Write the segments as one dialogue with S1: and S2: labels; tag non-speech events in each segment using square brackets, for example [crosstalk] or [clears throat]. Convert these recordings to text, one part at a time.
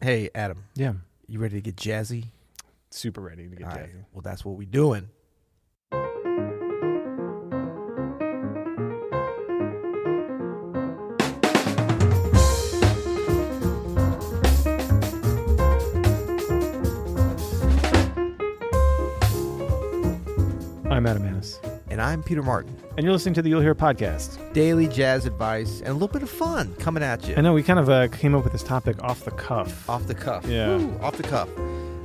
S1: Hey, Adam,
S2: Yeah.
S1: you ready to get jazzy?
S2: Super ready to get
S1: All right.
S2: jazzy.
S1: Well, that's what we doing.
S2: I'm Adam Annis.
S1: And I'm Peter Martin.
S2: And you're listening to the You'll Hear podcast.
S1: Daily jazz advice and a little bit of fun coming at you
S2: I know we kind of uh, came up with this topic off the cuff.
S1: off the cuff.
S2: Yeah.
S1: Woo, off the cuff.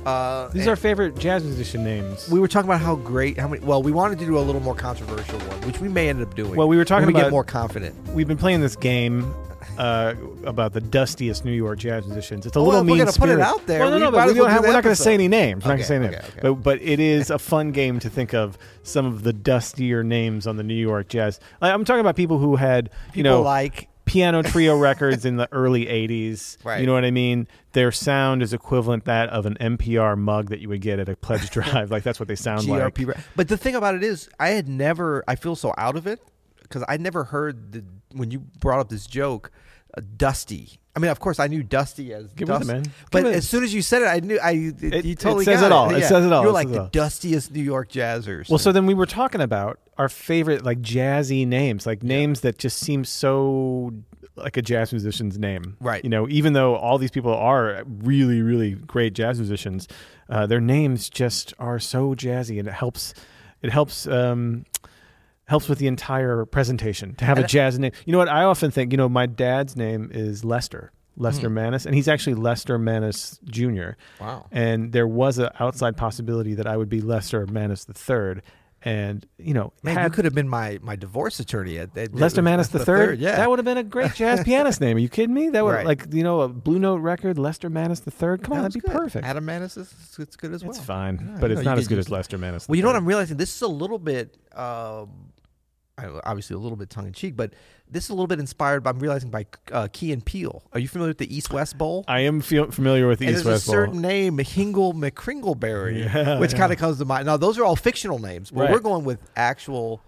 S1: Uh,
S2: These are our favorite jazz musician names.
S1: We were talking about how great, how many. Well, we wanted to do a little more controversial one, which we may end up doing.
S2: Well, we were talking
S1: when we get
S2: about-
S1: more confident.
S2: We've been playing this game uh, about the dustiest New York jazz musicians. It's a
S1: Well,
S2: little
S1: if Oh, we're
S2: mean
S1: gonna put it
S2: spirited.
S1: out there,
S2: Well, no,
S1: we
S2: no,
S1: might
S2: but
S1: as
S2: we
S1: well
S2: don't have,
S1: do
S2: we're
S1: the
S2: not going to
S1: episode.
S2: say any names. We're not going
S1: Okay,
S2: to say any
S1: okay,
S2: names.
S1: okay.
S2: But, but it is a fun game to think of some of the dustier names on the New York jazz. I, I'm talking about people who had, you
S1: People
S2: know,
S1: like
S2: piano trio records in the early 80s.
S1: Right.
S2: You know what I mean? Their sound is equivalent that of an NPR mug that you would get at a pledge [laughs] drive. like that's what they sound like.
S1: GRP. But the thing about it is, I had never. I feel so out of it because I never heard the when you brought up this joke, uh, Dusty. I mean, of course, I knew Dusty as
S2: Give it to
S1: Dusty,
S2: man.
S1: but
S2: Give it.
S1: as soon as you said it, I knew. I it,
S2: It-
S1: you
S2: it
S1: totally
S2: says
S1: got
S2: it all. It says it all.
S1: You're
S2: It
S1: like
S2: says
S1: the
S2: it
S1: dustiest New York jazzers.
S2: Well, so then we were talking about our favorite like jazzy names, like names that just seem so like a jazz musician's name.
S1: Right.
S2: You know, even though all these people are really, really great jazz musicians, uh, their names just are so jazzy and it helps it helps um helps with the entire presentation to have a jazz name. You know what? I often think, you know, my dad's name is Lester. Lester Manus, and he's actually Lester Manus Jr
S1: Mm-hmm. wow.
S2: and there was an outside possibility that I would be Lester Manus the third, and you know,
S1: Man, you
S2: had
S1: could have been my, my divorce attorney at, at
S2: Lester Manus the third,
S1: Yeah,
S2: that would have been a great jazz
S1: [laughs]
S2: pianist name. Are you kidding me? That would
S1: Right.
S2: like you know a Blue Note record, Lester Manus the third. Come on,
S1: was
S2: that'd be
S1: good.
S2: perfect.
S1: Adam Manus is it's good as well.
S2: It's fine,
S1: Yeah,
S2: but
S1: you
S2: it's
S1: know, you
S2: not as
S1: could
S2: good
S1: use-
S2: as Lester Manus.
S1: Well, you know what I'm realizing? This is a little bit, um, I- obviously a little bit tongue in cheek, but this is a little bit inspired by, I'm realizing, by uh, Key and Peele. Are you familiar with the East West Bowl?
S2: I am feel, familiar with the
S1: and
S2: East
S1: there's
S2: West
S1: a
S2: Bowl.
S1: certain name, Hingle McCringleberry,
S2: Yeah,
S1: which
S2: yeah.
S1: kind of comes to mind. Now, those are all fictional names, but
S2: Right.
S1: we're going with actual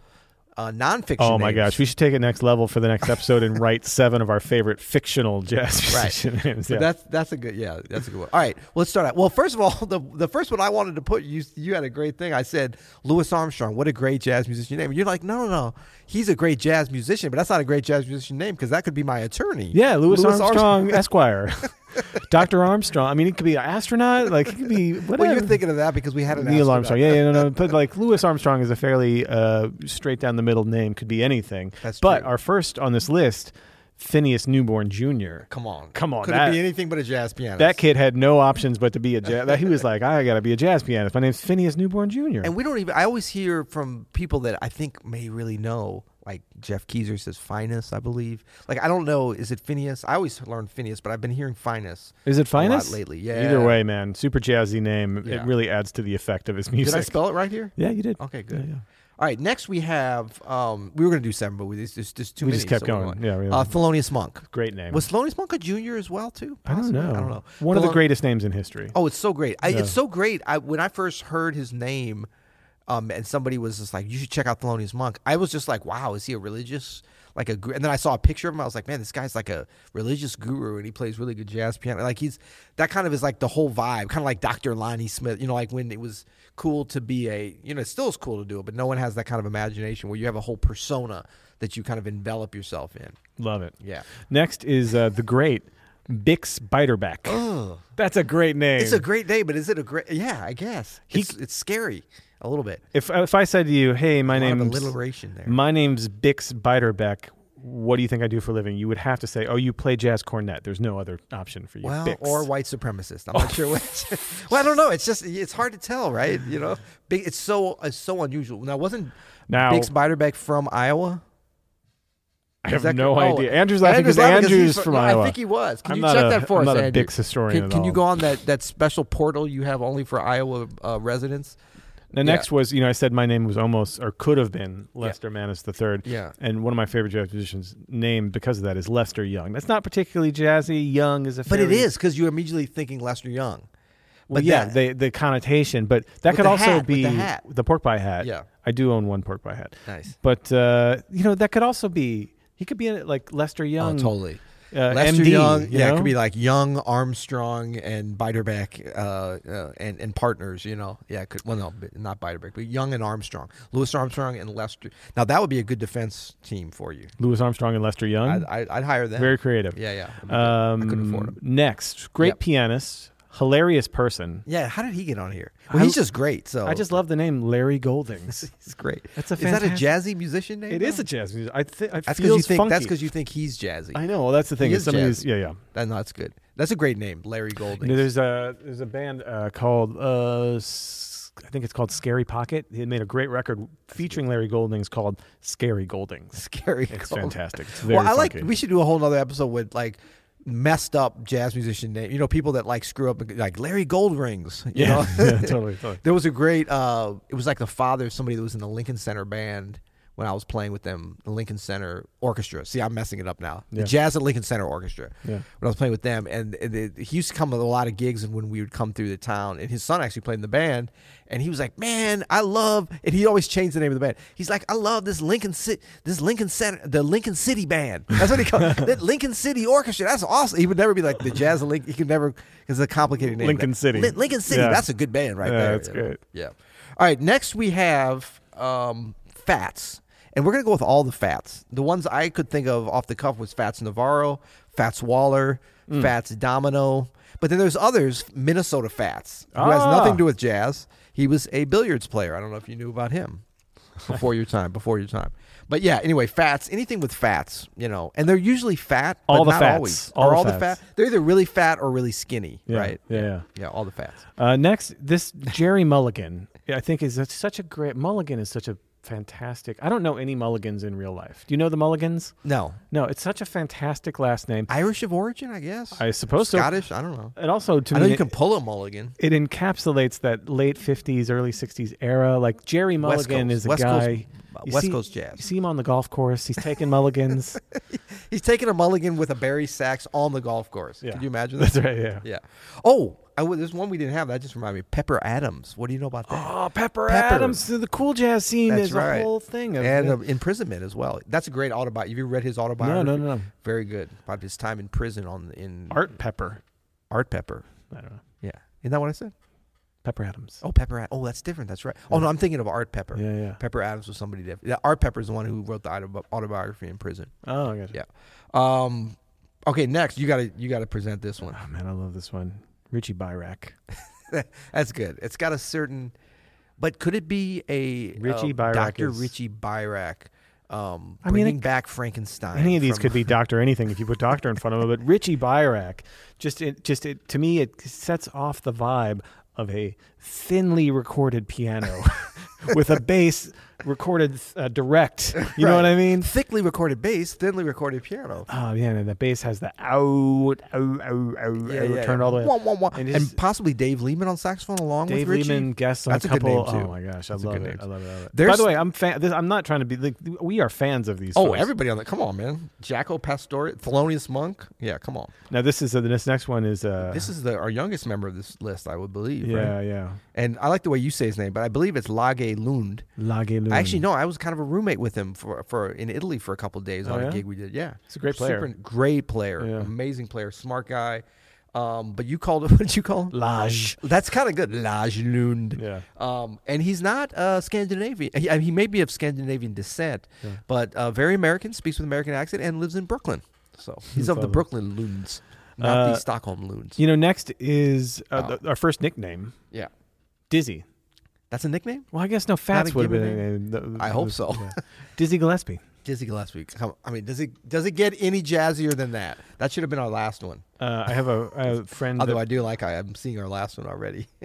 S1: uh, nonfiction
S2: Oh my
S1: names.
S2: gosh, we should take it next level for
S1: [laughs]
S2: the next episode and write seven of our favorite fictional jazz musician names.
S1: But
S2: Yeah.
S1: That's that's a good yeah that's a good one. All right, well, let's start out. Well, first of all, [laughs] the the first one I wanted to put you you had a great thing. I said Louis Armstrong, what a great jazz musician name. And you're like, no, no, no, he's a great jazz musician, but that's not a great jazz musician name because that could be my attorney.
S2: Yeah, Louis,
S1: Louis
S2: Armstrong, Esquire, [laughs] Doctor Armstrong. I mean, it could be an astronaut. Like it could be whatever.
S1: [laughs] Well, you're thinking of that because we had an
S2: Neil
S1: astronaut.
S2: Armstrong. Yeah, yeah, no, no. But like Louis Armstrong is a fairly uh, straight down the middle name. Could be anything.
S1: That's
S2: but
S1: true.
S2: our first on this list, Phineas Newborn Jr.
S1: Come on,
S2: Come on,
S1: Could
S2: that-
S1: it be anything but a jazz pianist?
S2: That kid had no options but to be a jazz. he was like, I gotta be a jazz pianist. My name's Phineas Newborn Jr.
S1: And we don't even. I always hear from people that I think may really know, like Jeff Keezer says, "Finus," I believe. Like I don't know, is it Phineas? I always learn Phineas, but I've been hearing Finus.
S2: is it
S1: a lot
S2: finest
S1: lately. Yeah.
S2: Either way, man, super jazzy name.
S1: Yeah.
S2: It really adds to the effect of his
S1: Did
S2: music.
S1: I spell it right here?
S2: yeah, you did.
S1: Okay, good.
S2: Yeah, yeah.
S1: All right, next we have. Um, we were going to do seven, but we just just, just too
S2: We
S1: many.
S2: just
S1: so
S2: kept
S1: we
S2: going.
S1: went.
S2: Yeah, we-
S1: uh, Thelonious Monk
S2: Great name.
S1: was Thelonious Monk a junior as well too.
S2: I don't
S1: Possibly?
S2: know.
S1: I don't know.
S2: One of the
S1: Thelon-
S2: greatest names in history.
S1: Oh, it's so great! I,
S2: Yeah.
S1: It's so great. I when I first heard his name, um, and somebody was just like, "You should check out Thelonious Monk." I was just like, "Wow, is he a religious?" Like a, gr-" and then I saw a picture of him. I was like, "Man, this guy's like a religious guru, and he plays really good jazz piano." Like he's that kind of is like the whole vibe, kind of like Dr. Lonnie Smith. You know, like when it was cool to be a, you know, it still is cool to do it, but no one has that kind of imagination where you have a whole persona that you kind of envelop yourself in.
S2: Love it.
S1: Yeah,
S2: Next is uh, the great Bix Beiderbecke. That's a great name.
S1: it's a great day, but is it a great? Yeah, I guess
S2: He-
S1: it's, it's scary a little bit.
S2: if uh, if I said to you, "Hey, my
S1: A lot of
S2: name's
S1: alliteration there.
S2: my name's Bix Beiderbecke," what do you think I do for a living? You would have to say, "Oh, you play jazz cornet." There's no other option for you.
S1: Well,
S2: Bix.
S1: or white supremacist. I'm not
S2: Oh.
S1: sure which. [laughs] well, I don't know. It's just it's hard to tell, right? You know, Big, it's so it's so unusual. Now, wasn't
S2: now
S1: Big Spiderback from Iowa?
S2: I have
S1: Is that-
S2: no
S1: oh,
S2: idea. Andrew's laughing because
S1: laughing 'cause he's
S2: Andrew's from
S1: no,
S2: Iowa.
S1: I think he was. Can
S2: I'm
S1: you
S2: not
S1: check
S2: a-
S1: that for
S2: I'm
S1: us,
S2: not a
S1: Andrew?
S2: Bix historian
S1: Can,
S2: at
S1: can you
S2: all.
S1: go on that that special portal you have only for Iowa uh, residents?
S2: The
S1: Yeah.
S2: next was, you know, I said my name was almost or could have been Lester Manus the third.
S1: Yeah.
S2: And one of my favorite jazz musicians' name because of that is Lester Young. That's not particularly jazzy. Young is a
S1: But it
S2: fairly-
S1: is because you're immediately thinking Lester Young.
S2: Well,
S1: But
S2: yeah,
S1: that-
S2: the the connotation, but that
S1: With
S2: could
S1: the
S2: also
S1: hat, with
S2: be
S1: the hat.
S2: pork pie hat.
S1: Yeah.
S2: I do own one pork pie hat.
S1: Nice.
S2: But uh, you know, that could also be he could be in it like Lester
S1: Oh,
S2: Young.
S1: totally.
S2: uh,
S1: Lester
S2: MD,
S1: Young,
S2: you
S1: yeah, it
S2: know?
S1: could be like Young, Armstrong, and Beiderbecke, uh, uh, and and partners. You know, yeah, it could well no, but not Beiderbecke, but Young and Armstrong, Louis Armstrong and Lester. Now that would be a good defense team for you.
S2: Louis Armstrong and Lester Young.
S1: I'd, I'd, I'd hire them.
S2: Very creative.
S1: yeah, yeah. I mean,
S2: Um,
S1: I couldn't afford him.
S2: Next, great
S1: Yep.
S2: pianist, hilarious person.
S1: Yeah, how did he get on here? Well,
S2: I-
S1: he's just great. So
S2: I just love the name Larry Goldings.
S1: [laughs] he's great.
S2: That's a
S1: Oh, is that a jazzy
S2: fantastic-
S1: musician name?
S2: it is
S1: though?
S2: a jazz music. I think it
S1: That's because you
S2: feels
S1: think
S2: funky.
S1: that's because you think he's jazzy.
S2: I know. Well, that's the thing.
S1: He
S2: is
S1: is
S2: some of these-
S1: jazzy.
S2: yeah, yeah.
S1: That- no, that's good. That's a great name, Larry
S2: You
S1: Golding.
S2: know, there's a there's a band uh, called uh, S- I think it's called Scary Pocket. They made a great record featuring Larry Goldings called Scary
S1: [laughs] [laughs]
S2: Goldings.
S1: Scary.
S2: It's
S1: Golding.
S2: fantastic. It's very
S1: Well, I like.
S2: funky.
S1: We should do a whole nother episode with like messed up jazz musician name. You know, people that like screw up like Larry Gold rings. You
S2: yeah,
S1: know?
S2: [laughs] yeah,
S1: [laughs]
S2: totally, totally.
S1: there was a great. uh It was like the father of somebody that was in the Lincoln Center band when I was playing with them, the Lincoln Center Orchestra. See, I'm messing it up now.
S2: Yeah.
S1: The Jazz at Lincoln Center Orchestra.
S2: Yeah.
S1: When I was playing with them, and, and it- he used to come to a lot of gigs, and when we would come through the town, and his son actually played in the band, and he was like, "Man, I love," and he always changed the name of the band. He's like, "I love this Lincoln City, this Lincoln Center, the Lincoln City Band." That's what he called
S2: [laughs]
S1: that Lincoln City Orchestra. That's awesome. He would never be like the Jazz at Lincoln. He could never. It's a complicated name.
S2: Lincoln City.
S1: Lin- Lincoln City.
S2: Yeah.
S1: That's a good band right
S2: Yeah,
S1: there.
S2: that's
S1: you know?
S2: great.
S1: Yeah. All right. Next, we have um, Fats, and we're gonna go with all the Fats. The ones I could think of off the cuff was Fats Navarro, Fats Waller,
S2: Hmm.
S1: Fats Domino. But then there's others, Minnesota Fats, who has
S2: Ah.
S1: nothing to do with jazz. He was a billiards player. I don't know if you knew about
S2: [laughs]
S1: him before your time. Before your time. But yeah, anyway, fats. Anything with fats, you know, and they're usually fat. but
S2: All the
S1: not
S2: fats.
S1: Always.
S2: All
S1: Or
S2: the
S1: all the
S2: fats.
S1: fat. They're either really fat or really skinny,
S2: Yeah,
S1: right?
S2: Yeah, yeah.
S1: Yeah, all the fats.
S2: Uh, next, this Jerry Mulligan, I think, is a- such a great. Mulligan is such a fantastic. I don't know any Mulligans in real life. Do you know the Mulligans?
S1: No,
S2: No, it's such a fantastic last name.
S1: Irish of origin, I guess.
S2: I suppose so.
S1: Scottish. I don't know.
S2: And also, to
S1: I
S2: me,
S1: know you
S2: it-
S1: can pull a mulligan.
S2: it encapsulates that late 50s early 60s era like jerry
S1: West
S2: mulligan
S1: Coast.
S2: is a
S1: West Coast-
S2: guy you
S1: West
S2: see-
S1: Coast
S2: you
S1: jazz.
S2: see him on the golf course he's
S1: [laughs]
S2: taking mulligans
S1: He's taking a mulligan with a Barry Sachs on the golf course.
S2: Yeah.
S1: Could you imagine
S2: [laughs]
S1: that?
S2: that's right yeah,
S1: Yeah. Oh, I w- there's one we didn't have. That just reminded me. Pepper Adams. What do you know
S2: [gasps]
S1: about that?
S2: oh pepper,
S1: Pepper.
S2: adams the cool jazz scene
S1: That's
S2: is
S1: right.
S2: a whole thing of,
S1: and uh, imprisonment as well. That's a great autobiography. Have you read his
S2: no
S1: autobiography?
S2: no no no
S1: Very good about his time in prison on in Art,
S2: art pepper
S1: Pepper.
S2: i don't know
S1: Yeah, isn't that what I said?
S2: pepper adams
S1: Oh, Pepper. Ad- Oh, that's different. That's right. Oh no, I'm thinking of Art Pepper.
S2: yeah yeah
S1: Pepper Adams was somebody different. Yeah, Art Pepper is the one who wrote the autobi- autobiography in prison.
S2: oh I gotcha.
S1: Yeah. Um. Okay, next you gotta you gotta present this one. [laughs]
S2: oh man i love this one richie byrack
S1: That's good. It's got a certain, but could it be a
S2: Richie
S1: uh,
S2: Byrak
S1: Doctor
S2: is-
S1: Richie Byrak? Um,
S2: I mean,
S1: bringing
S2: it-
S1: back Frankenstein.
S2: any of these
S1: from-
S2: could be doctor anything if you put doctor in front of him but richie byrack just it just it to me it sets off the vibe of a thinly recorded piano [laughs] with a bass recorded uh, direct you know what i mean
S1: thickly recorded bass, thinly recorded piano.
S2: oh yeah and the bass has the ow ow ow ow, ow turned all the way up.
S1: Wah, wah, wah.
S2: And
S1: And,
S2: just-
S1: possibly Dave Lehman on saxophone along
S2: Dave
S1: with Richie.
S2: Lehman guests on
S1: That's
S2: a
S1: a good
S2: couple.
S1: name, too.
S2: Oh my gosh, I
S1: That's a
S2: love
S1: good
S2: it.
S1: name.
S2: I love it. I love it. By
S1: There's-
S2: the way, I'm fan. This, I'm not trying to be. Like, we are fans of these.
S1: Oh,
S2: folks.
S1: everybody on that. Come on, man. Jacko Pastore, Thelonious Monk. Yeah, come on.
S2: Now this is uh, this next one is. Uh,
S1: This is the, our youngest member of this list, I would believe.
S2: yeah,
S1: Right?
S2: yeah.
S1: And I like the way you say his name, but I believe it's Lage Lund.
S2: Lage Lune.
S1: Actually, no, I was kind of a roommate with him for, for in Italy for a couple days
S2: Oh,
S1: on
S2: yeah?
S1: a gig we did. Yeah,
S2: He's a great player.
S1: super great player,
S2: Yeah.
S1: amazing player, smart guy. Um, but you called what did you call him? [laughs]
S2: Lage.
S1: That's kind of good, Lage Lund.
S2: Yeah.
S1: Um, and he's not uh, Scandinavian. He, I mean, he may be of Scandinavian descent, but uh, very American, speaks with American accent, and lives in Brooklyn.
S2: [laughs]
S1: So he's of the
S2: Probably.
S1: Brooklyn Lunds, not
S2: Uh,
S1: the Stockholm Lunds.
S2: You know, next is uh,
S1: Oh.
S2: the- our first nickname,
S1: Yeah,
S2: Dizzy.
S1: that's a nickname.
S2: Well, I guess no fats
S1: a
S2: would have been.
S1: given
S2: a nickname. The-
S1: I hope
S2: the-
S1: so.
S2: yeah. Dizzy Gillespie.
S1: Dizzy Gillespie. Come, I mean, does it does it get any jazzier than that? That should have been our last one.
S2: Uh, I have a, I have a friend.
S1: Although
S2: Mm-hmm. that-
S1: I do like I, I'm seeing our last one already. [laughs]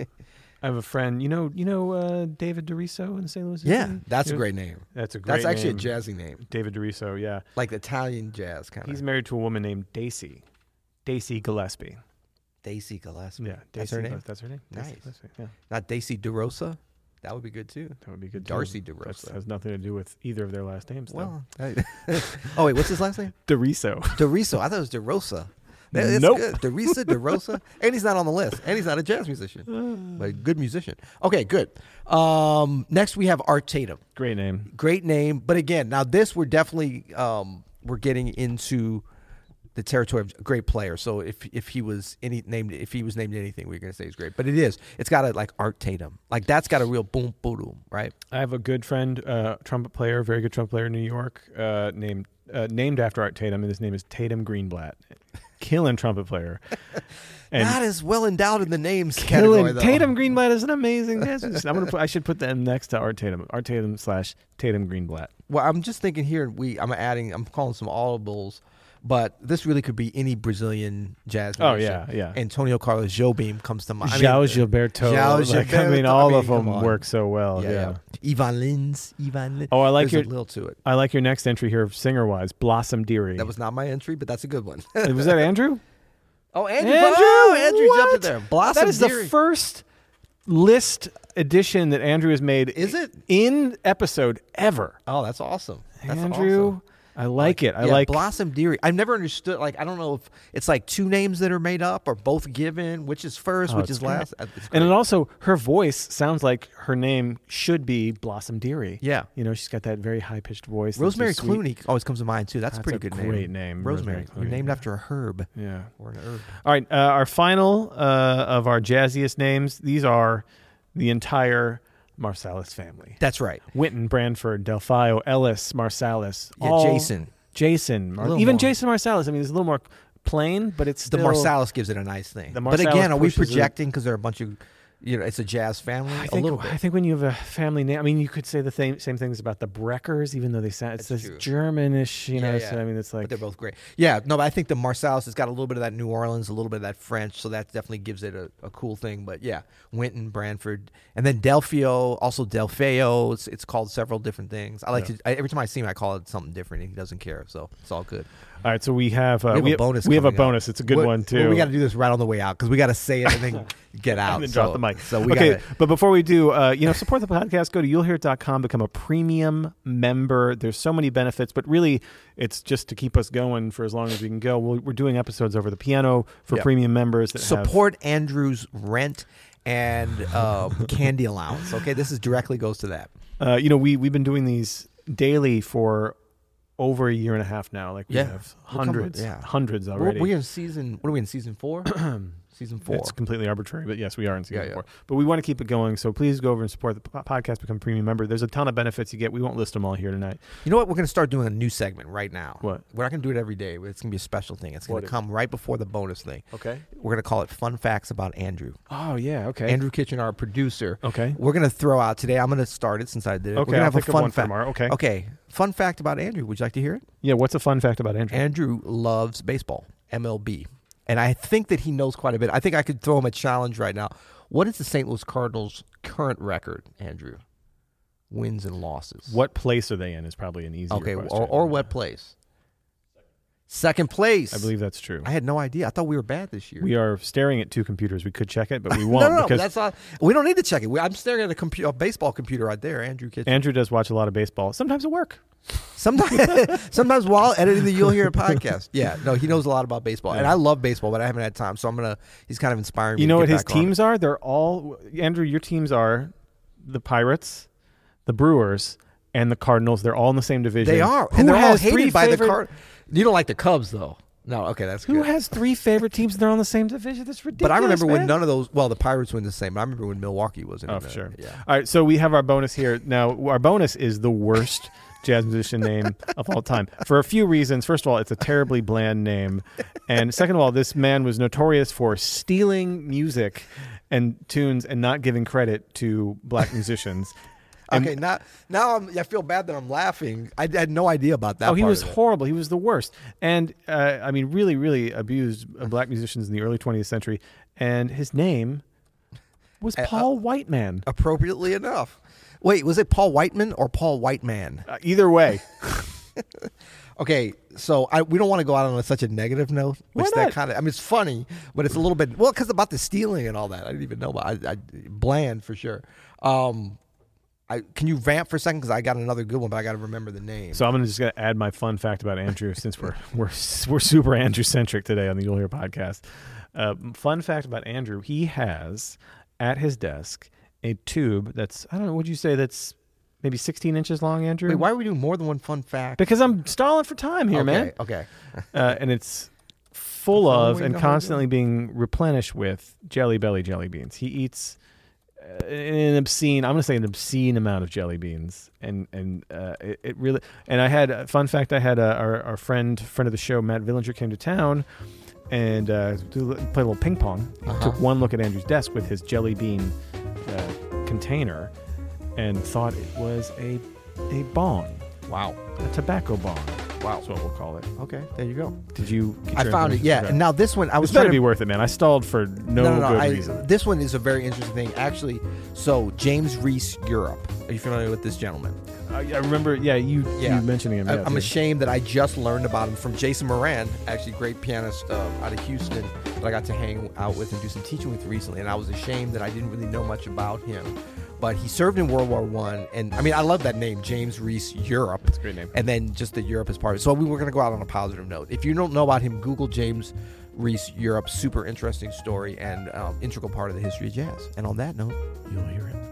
S2: I have a friend. You know, you know uh, David Doriso in St. Louis.
S1: yeah, that's a
S2: Yeah.
S1: great name.
S2: That's a great.
S1: That's actually
S2: name.
S1: a jazzy name,
S2: David Doriso. Yeah,
S1: like Italian jazz kind
S2: he's
S1: of.
S2: married to a woman named Daisy. Daisy Gillespie.
S1: Daisy Gillespie,
S2: Yeah, Daisy,
S1: That's her name?
S2: Gillespie. That's her name. Daisy
S1: Nice.
S2: Gillespie, Yeah,
S1: not Daisy DeRosa. That would be good too.
S2: that would be good. too.
S1: Darcy
S2: That's-
S1: DeRosa.
S2: has nothing to do with either of their last names. Well, [laughs]
S1: Well, I- [laughs] oh wait, what's his last name?
S2: Doriso.
S1: DeRiso. I thought it was DeRosa. That- That's
S2: Nope.
S1: good. DeRisa, DeRosa.
S2: [laughs]
S1: and he's not on the list. And he's not a jazz
S2: [sighs]
S1: musician, but a good musician. Okay, good. Um, next, we have Art Tatum.
S2: [laughs] Great name.
S1: great name but again now this we're definitely um we're getting into the the territory of great player. So if if he was any named if he was named anything, we are gonna say he's great. But it is. It's got a like Art Tatum. Like that's got a real boom boom boom, right?
S2: I have a good friend, uh, trumpet player, very good trumpet player in New York, uh, named uh, named after Art Tatum, and his name is Tatum
S1: [laughs]
S2: Greenblatt. Killing trumpet player. And
S1: Not as well endowed in the names category
S2: killing
S1: though.
S2: Tatum Greenblatt is an amazing jazzist. I'm gonna put, I should put them next to Art Tatum. Art Tatum slash Tatum Greenblatt.
S1: Well, I'm just thinking here. We I'm adding. I'm calling some audibles, but this really could be any Brazilian jazz.
S2: Oh,
S1: musician.
S2: yeah, yeah.
S1: Antonio Carlos Jobim comes to mind. I mean,
S2: Jao Gilberto.
S1: João
S2: like, I mean,
S1: Gilberto,
S2: all
S1: I mean,
S2: of them
S1: come on.
S2: work so well.
S1: yeah,
S2: Yeah.
S1: yeah. Ivan Lins. Ivan Lins.
S2: Oh, I like
S1: There's a
S2: your.
S1: little to it.
S2: I like your next entry here, singer wise. Blossom Deary.
S1: That was not my entry, but that's a good one. [laughs]
S2: was that Andrew?
S1: oh, Andrew! Oh, Andrew jumped in there. Blossom
S2: that is
S1: Dearie.
S2: the first list edition that Andrew has made.
S1: Is it?
S2: in episode ever?
S1: Oh, that's awesome. That's
S2: Andrew,
S1: awesome.
S2: I like it. I
S1: yeah,
S2: like.
S1: Blossom Deary. I've never understood. Like, I don't know if it's like two names that are made up or both given, which is first,
S2: Oh,
S1: which
S2: it's
S1: is
S2: great.
S1: last. Uh, it's
S2: and
S1: great.
S2: it also, her voice sounds like her name should be Blossom Deary.
S1: yeah,
S2: You know, she's got that very high pitched voice. that's
S1: Rosemary
S2: just sweet.
S1: Clooney always comes to mind too. That's, a pretty
S2: That's a
S1: good name.
S2: great name,
S1: Rosemary.
S2: Rosemary
S1: You're
S2: Clooney,
S1: named
S2: yeah.
S1: after a herb
S2: Yeah.
S1: or an herb.
S2: All right, uh, our final uh, of our jazziest names. These are the entire Marsalis family:
S1: That's right.
S2: Winton, Branford, Delphio, Ellis, Marsalis.
S1: Yeah,
S2: all-
S1: Jason.
S2: Jason, Mar-
S1: little
S2: even
S1: more.
S2: Jason Marsalis. I mean, it's a little more plain, but it's
S1: The
S2: still
S1: Marsalis gives it a nice thing.
S2: The
S1: but
S2: Marsalis
S1: again, are we
S2: pushes it-
S1: projecting because they're a bunch of, you know, it's a jazz family?
S2: I
S1: a
S2: think,
S1: little bit.
S2: I think when you have a family name, I mean, you could say the same, same things about the Breckers, even though they sound it's
S1: That's
S2: this
S1: true.
S2: Germanish, you know.
S1: Yeah,
S2: So
S1: yeah.
S2: I mean, it's
S1: but
S2: like
S1: they're both great. Yeah, no, but I think the Marsalis has got a little bit of that New Orleans, a little bit of that French, so that definitely gives it a, a cool thing. But yeah, Winton, Branford, and then Delphio, also Delpheo. It's, it's called several different things. I like to I, every time I see him, I call it something different, and he doesn't care, so it's all good.
S2: all right. So we have, uh,
S1: we have a bonus.
S2: We have a
S1: coming up.
S2: bonus. It's a good
S1: What-
S2: one too.
S1: well, we got to do this right on the way out because we got to say it and
S2: [laughs]
S1: then get out.
S2: and [laughs] then
S1: so,
S2: drop the mic.
S1: So we
S2: okay,
S1: got to
S2: but before we do, uh, you know, support the podcast. Go to you'llhear.com, become a premium member. There's so many benefits, but really, it's just to keep us going for as long as we can go. We'll, we're doing episodes over the piano for
S1: Yeah.
S2: premium members that have-
S1: support Andrew's rent and um, [laughs] candy allowance. Okay, this is directly goes to that.
S2: uh, you know, we we've been doing these daily for over a year and a half now. Like we
S1: Yeah.
S2: have
S1: We're coming-
S2: hundreds,
S1: yeah.
S2: hundreds
S1: We're,
S2: already.
S1: we in season. What are we in season
S2: [clears throat]
S1: four? season four.
S2: It's completely arbitrary, but yes, we are in season
S1: Yeah, yeah.
S2: four. But we want to keep it going, so please go over and support the po- podcast, become a premium member. There's a ton of benefits you get. We won't list them all here tonight.
S1: You know what? We're going to start doing a new segment right now.
S2: What?
S1: We're not going to do it every day. but It's going to be a special thing. It's
S2: What
S1: going
S2: is
S1: to come right before the bonus thing.
S2: Okay.
S1: We're going to call it Fun Facts About Andrew.
S2: Oh yeah. Okay.
S1: Andrew Kitchen, our producer.
S2: Okay.
S1: We're going to throw out today. I'm going to start it since I did it. We're
S2: Okay,
S1: going to
S2: I'll
S1: have a
S2: think of
S1: fun
S2: one for
S1: fact.
S2: tomorrow. Okay.
S1: Okay. Fun fact about Andrew. Would you like to hear it?
S2: Yeah. What's a fun fact about Andrew?
S1: Andrew loves baseball, MLB. And I think that he knows quite a bit. I think I could throw him a challenge right now. What is the St. Louis Cardinals' current record, Andrew? Wins and losses.
S2: what place are they in? Is probably an easy.
S1: Okay,
S2: question.
S1: or, or what place? Second place.
S2: I believe that's true.
S1: I had no idea. I thought we were bad this year.
S2: we are staring at two computers. We could check it, but we
S1: [laughs] no,
S2: won't
S1: no, no,
S2: because
S1: that's not. We don't need to check it. We, I'm staring at a, compu- a baseball computer right there, Andrew Kitchen.
S2: Andrew does watch a lot of baseball. Sometimes at work.
S1: Sometimes, [laughs] sometimes while editing the You'll Hear a podcast. Yeah, no, he knows a lot about baseball, and I love baseball, but I haven't had time, so I'm gonna. He's kind of inspiring. me
S2: You
S1: to
S2: know what
S1: get
S2: his
S1: back on it.
S2: teams are? They're all Andrew. Your teams are the Pirates, the Brewers, and the Cardinals. They're all in the same division.
S1: They are,
S2: Who
S1: and they're all
S2: has three
S1: hated by
S2: favorite-
S1: the card. You don't like the Cubs, though. No, okay, that's
S2: Who
S1: good.
S2: has three favorite teams? and They're all in the same division. That's ridiculous.
S1: but I remember when
S2: man.
S1: none of those. Well, the Pirates were the same. But I remember when Milwaukee was in.
S2: Oh,
S1: it,
S2: for
S1: uh,
S2: sure.
S1: Yeah.
S2: All right, so we have our bonus here. Now, our bonus is the worst
S1: [laughs]
S2: jazz musician name of all time for a few reasons. First of all, it's a terribly bland name, and second of all, this man was notorious for stealing music and tunes and not giving credit to black musicians. And-
S1: Okay, now now I'm, I feel bad that I'm laughing. I, had no idea about that.
S2: Oh, he
S1: part
S2: was
S1: of it.
S2: horrible. He was the worst, and uh, I mean, really, really abused uh, black musicians in the early 20th century. And his name was Paul Whiteman.
S1: appropriately enough. Wait, was it Paul Whiteman or Paul Whiteman?
S2: Uh, either way,
S1: Okay, so I, we don't want to go out on such a negative note. Which
S2: Why
S1: that
S2: not?
S1: kind of I mean, it's funny, but it's a little bit well because about the stealing and all that. I didn't even know about. I, I, bland for sure. Um, I can you vamp for a second because I got another good one, but I got to remember the name.
S2: [laughs] So I'm gonna just gonna add my fun fact about Andrew since we're we're we're super Andrew centric today on the You'll Hear podcast. Uh, fun fact about Andrew: he has at his desk a tube that's I don't know. Would you say that's maybe 16 inches long, Andrew?
S1: Wait, why are we doing more than one fun fact?
S2: Because I'm stalling for time here,
S1: okay,
S2: man.
S1: Okay.
S2: Uh, and it's full
S1: That's the only
S2: of
S1: way to
S2: and
S1: know how to do
S2: constantly being replenished with jelly belly jelly beans. He eats uh, an obscene, I'm going to say an obscene amount of jelly beans, and and uh, it, it really. And I had a fun fact. I had a, our our friend friend of the show Matt Villinger came to town. And uh, do- play a little ping pong. He
S1: Uh-huh.
S2: Took one look at Andrew's desk with his jelly bean uh, container, and thought it was a a bong,
S1: Wow.
S2: a tobacco bong.
S1: Wow.
S2: That's what we'll call it.
S1: Okay. There you go.
S2: Did you? get
S1: I
S2: your
S1: found it.
S2: information?
S1: Yeah.
S2: Okay.
S1: And now this one, I was
S2: It's better
S1: trying
S2: be
S1: to-
S2: worth it, man. I stalled for no, good
S1: I,
S2: reason.
S1: This one is a very interesting thing, actually. So James Reese Europe. Are you familiar with this gentleman?
S2: I, I remember, yeah, you
S1: Yeah.
S2: you mentioning him.
S1: I-
S2: yeah,
S1: I'm
S2: dude.
S1: ashamed that I just learned about him from Jason Moran, actually great pianist uh, out of Houston that I got to hang out with and do some teaching with recently. And I was ashamed that I didn't really know much about him. But he served in World War One, and I mean, I love that name, James Reese Europe.
S2: That's a great name.
S1: And then just the Europe is part of it. So we were going to go out on a positive note. If you don't know about him, Google James Reese Europe. Super interesting story and um, integral part of the history of jazz. And on that note, you'll hear it.